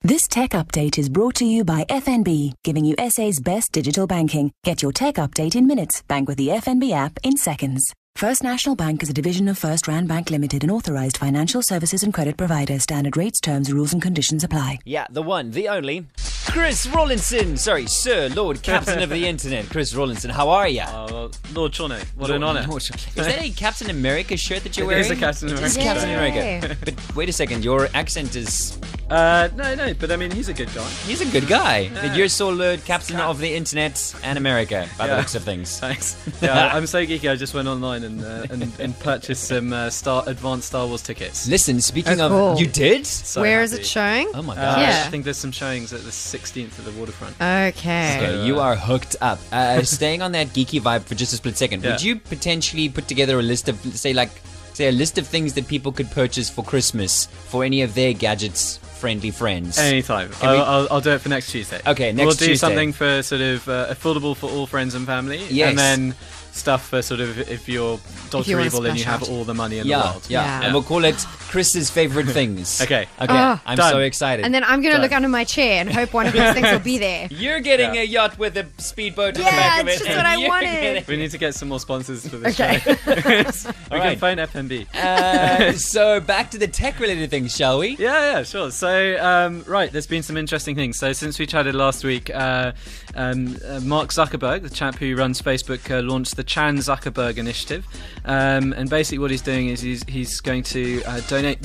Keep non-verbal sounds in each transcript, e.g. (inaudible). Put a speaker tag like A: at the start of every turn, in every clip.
A: This tech update is brought to you by FNB, giving you SA's best digital banking. Get your tech update in minutes. Bank with the FNB app in seconds. First National Bank is a division of First Rand Bank Limited, an authorized financial services and credit provider. Standard rates, terms, rules, and conditions apply.
B: Yeah, the one, the only. Chris Rollinson, sorry, Sir Lord Captain of
C: (laughs)
B: the Internet, Chris Rollinson, how are you?
C: Uh, Lord Chorney, what an honour.
B: Is that a Captain America shirt that you're
C: It
B: wearing?
C: is a Captain America
B: It's Captain America. But wait a second, your accent is.
C: Uh, no, no, but I mean, he's a good guy. (laughs)
B: He's a good guy. You're Sir Lord Captain of the Internet and America, by the
C: Yeah.
B: looks of things.
C: (laughs) Thanks. Yeah, I'm so geeky. I just went online and uh, and, and purchased some uh, Star Advanced Star Wars tickets.
B: Listen, speaking of.
D: cool.
B: You did?
C: So
D: Where is
C: happy.
D: it showing?
B: Oh my
C: Uh,
B: god.
D: Yeah. Uh,
C: I think there's some showings at the 16th at the waterfront.
D: Okay.
B: Okay, you are hooked up.
C: (laughs)
B: Uh, staying on that geeky vibe for just a split second, would
C: Yeah.
B: you potentially put together a list of, say, like, say a list of things that people could purchase for Christmas for any of their gadgets friendly friends?
C: Anytime. I'll,
B: we-
C: I'll, I'll do it for next Tuesday.
B: Okay,
C: We'll
B: next
C: do
B: Tuesday.
C: something for sort of uh, affordable for all friends and family.
B: Yes.
C: And then stuff for sort of if you're Dr.
D: you wanna
C: Evil and you
D: splash
C: have
D: out.
C: all the money in the
B: yeah,
C: world.
B: yeah,
D: Yeah.
B: and we'll call it Chris's
C: (laughs)
B: favorite things.
C: Okay.
B: okay,
D: Ah.
B: I'm
C: Done.
B: so excited.
D: And then I'm going to look under my chair and hope one of those things will be there.
B: you're getting
C: Yeah.
B: a yacht with a speedboat in the
D: Yeah,
B: back of it.
D: it's just what I
B: You're
D: wanted.
B: getting-
C: We need to get some more sponsors for this
D: Okay.
C: show. (laughs) we
B: right.
C: can phone FMB. (laughs)
B: Uh, so back to the tech-related things, shall we?
C: Yeah, yeah, sure. So, um, right, there's been some interesting things. So, since we chatted last week, uh, um, uh, Mark Zuckerberg, the chap who runs Facebook, uh, launched the Chan Zuckerberg Initiative. Um, and basically, what he's doing is he's, he's going to uh, donate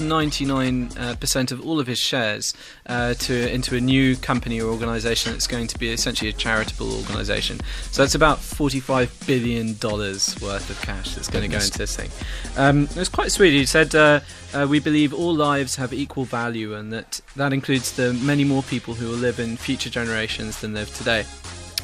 C: 99% of all of his shares uh, to into a new company or organization that's going to be essentially a charitable organization. So, that's about $45 billion worth of cash that's going to go into this thing. Um, it was quite sweet. He said, uh, uh, "We believe all lives have equal value, and that that includes the many more people who will live in future generations than live today."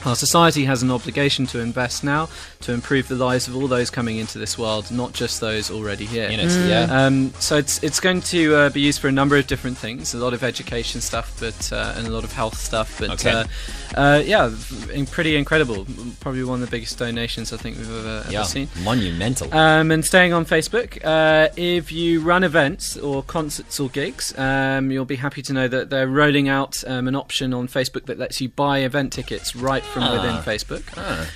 C: Our society has an obligation to invest now to improve the lives of all those coming into this world, not just those already here.
B: In it, yeah.
D: Mm.
C: Um, so it's it's going to uh, be used for a number of different things, a lot of education stuff, but uh, and a lot of health stuff. But
B: Okay.
C: uh, uh, yeah, in- pretty incredible. Probably one of the biggest donations I think we've ever, ever
B: yeah,
C: seen.
B: monumental.
C: Um, and staying on Facebook, uh, if you run events or concerts or gigs, um, you'll be happy to know that they're rolling out um, an option on Facebook that lets you buy event tickets right from
B: Ah.
C: within Facebook.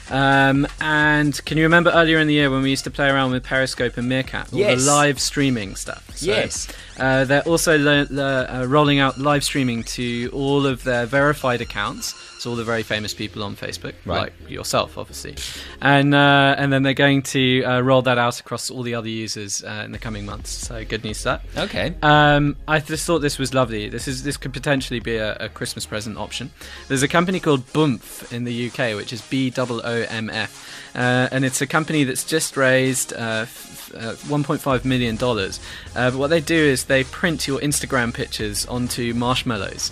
C: Um, and can you remember earlier in the year when we used to play around with Periscope and Meerkat? All
B: Yes.
C: the live streaming stuff. So,
B: Yes.
C: Uh, they're also lo- lo- uh, rolling out live streaming to all of their verified accounts. So all the very famous people on Facebook,
B: Right.
C: like yourself, obviously. And uh, and then they're going to uh, roll that out across all the other users uh, in the coming months. So good news for that.
B: okay.
C: Um, I just thought this was lovely. This is this could potentially be a, a Christmas present option. There's a company called Boomf in the UK, which is B O O M F, uh, and it's a company that's just raised uh, f- uh, 1.5 million dollars. Uh, but what they do is they print your Instagram pictures onto marshmallows,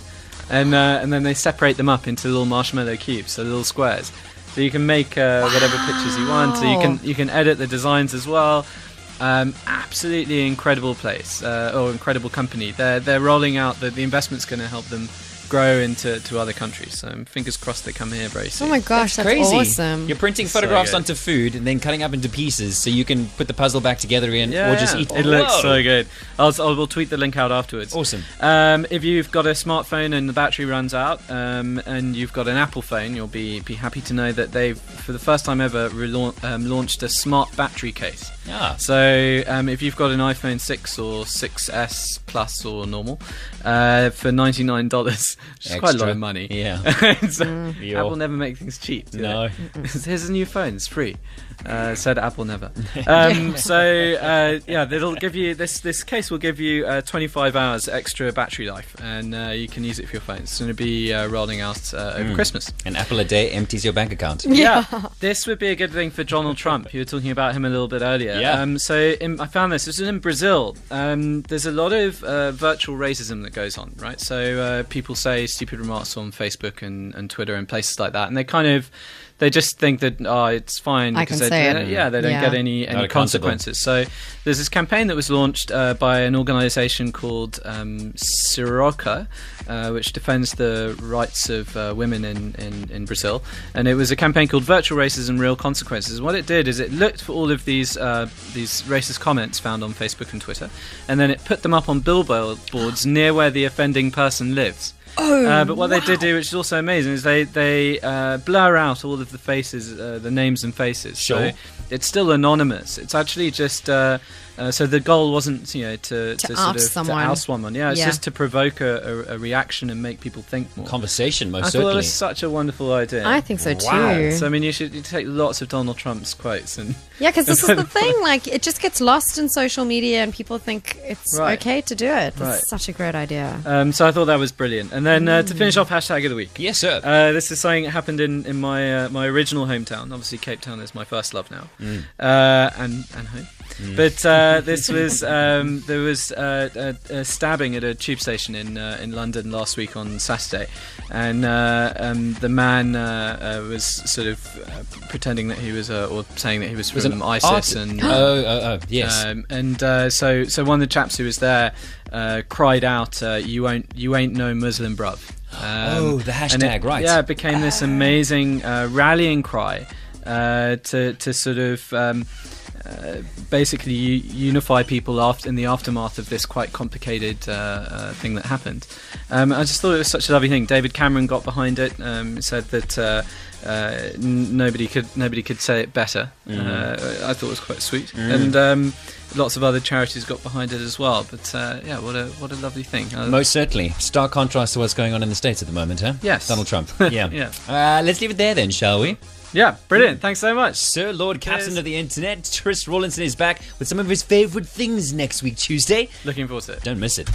C: and uh, and then they separate them up into little marshmallow cubes, so little squares. So you can make uh, whatever pictures you want. So you
D: Wow.
C: can Um, you can edit the designs as well. Um, absolutely incredible place uh, or incredible company. They're they're rolling out that the investment's going to help them grow into to other countries. So um, fingers crossed they come here very
D: Oh
C: soon.
D: my gosh, that's,
B: Crazy.
D: awesome.
B: You're printing photographs
C: good.
B: onto food and then cutting up into pieces so you can put the puzzle back together again or just eat.
C: It looks
B: Whoa.
C: so good. I'll, I'll we'll tweet the link out afterwards.
B: Awesome.
C: Um, if you've got a smartphone and the battery runs out, um, and you've got an Apple phone, you'll be be happy to know that they've for the first time ever relaun- um, launched a smart battery case.
B: Yeah.
C: So um, if you've got an iPhone 6 or 6s Plus or normal, uh, for ninety nine dollars, (laughs) which is quite a lot
B: Extra.
C: of money.
B: Yeah.
C: (laughs)
B: Mm.
C: So
B: Yeah.
C: Apple never make things cheap. do
B: No.
C: they? (laughs) Here's a new phone. It's free. Uh, said Apple never. Um, so uh, yeah, it'll give you this. This case will give you uh, 25 hours extra battery life, and uh, you can use it for your phone. It's going to be uh, rolling out uh, over Christmas.
B: An apple a day empties your bank
D: (laughs)
B: account.
C: Yeah. this would be a good thing for Donald Trump. You were talking about him a little bit earlier.
B: Yeah.
C: Um, so in, I found this. This is in Brazil. Um, there's a lot of uh, virtual racism that goes on, right? So uh, people say stupid remarks on Facebook and, and Twitter and places like that, and they kind of they just think that oh, it's fine
D: I
C: because they,
D: can say
C: they-
D: it.
C: yeah they don't
D: Yeah.
C: get any
B: Not
C: any
B: accountable.
C: consequences. So there's this campaign that was launched uh, by an organisation called um, Siroca, uh, which defends the rights of uh, women in, in, in Brazil. And it was a campaign called Virtual Racism, Real Consequences. What it did is it looked for all of these uh, these racist comments found on Facebook and Twitter, and then it put them up on billboards near where the offending person lives. uh, but what they did do, which is also amazing, is they they uh, blur out all of the faces, uh, the names and faces.
B: Sure.
C: So it's still anonymous. It's actually just uh, uh, so the goal wasn't you know to
D: To
C: sort
D: oust
C: of
D: someone.
C: to oust someone. Yeah, it's
D: Yeah.
C: just to provoke a, a, a reaction and make people think more.
B: Conversation, most
C: I thought it
B: certainly.
C: was such a wonderful idea.
D: I think so too.
B: Wow.
C: So I mean, you should you take lots of Donald Trump's quotes and
D: Yeah, because this is the thing. Like, it just gets lost in social media, and people think it's
C: Right.
D: okay to do it. That's
C: Right.
D: such a great idea.
C: Um, so I thought that was brilliant. And then uh, to finish off hashtag of the week.
B: Yes, sir.
C: Uh, this is something that happened in, in my uh, my original hometown. Obviously, Cape Town is my first love now, uh, and and home. But uh, this was um, there was uh, a, a stabbing at a tube station in uh, in London last week on Saturday, and uh, um, the man uh, uh, was sort of uh, pretending that he was uh, or saying that he was
B: was
C: from ISIS
B: art- (gasps)
C: and (gasps)
B: oh, oh, oh, yes.
C: um, and uh, so, so one of the chaps who was there uh, cried out, uh, "You ain't, you ain't no Muslim, bruv." Um,
B: Oh, the
C: and it-
B: hashtag, right. Ah.
C: Yeah, it became this amazing uh, rallying cry uh, to to sort of. Um, uh, basically, u- unify people after in the aftermath of this quite complicated uh, uh, thing that happened. Um, I just thought it was such a lovely thing. David Cameron got behind it. Um, said that uh, uh, n- nobody could nobody could say it better. Uh, I thought it was quite sweet, and um, lots of other charities got behind it as well. But uh, yeah, what a what a lovely thing. Uh,
B: Most certainly. Stark contrast to what's going on in the States at the moment, huh?
C: Yes.
B: Donald
C: (laughs)
B: Trump. Yeah.
C: Yeah.
B: Uh, let's leave it there then, shall we?
C: yeah, brilliant. Thanks so much.
B: Sir Lord Captain
C: Cheers.
B: of the Internet, Tris Rawlinson is back with some of his favorite things next week, Tuesday.
C: Looking forward to it.
B: Don't miss it.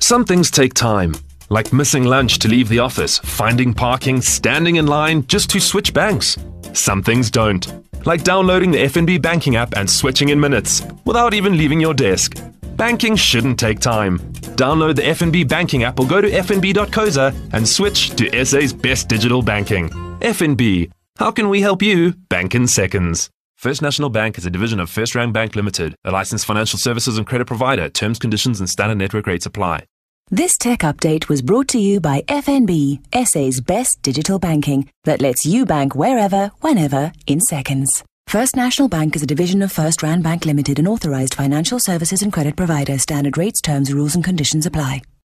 E: Some things take time, like missing lunch to leave the office, finding parking, standing in line just to switch banks. Some things don't, like downloading the FNB banking app and switching in minutes without even leaving your desk. Banking shouldn't take time. Download the FNB banking app or go to fnb.coza and switch to SA's best digital banking. FNB. How can we help you bank in seconds? First National Bank is a division of First Rand Bank Limited, a licensed financial services and credit provider. Terms, conditions, and standard network rates apply.
A: This tech update was brought to you by FNB, SA's best digital banking that lets you bank wherever, whenever, in seconds. First National Bank is a division of First Rand Bank Limited, an authorized financial services and credit provider. Standard rates, terms, rules, and conditions apply.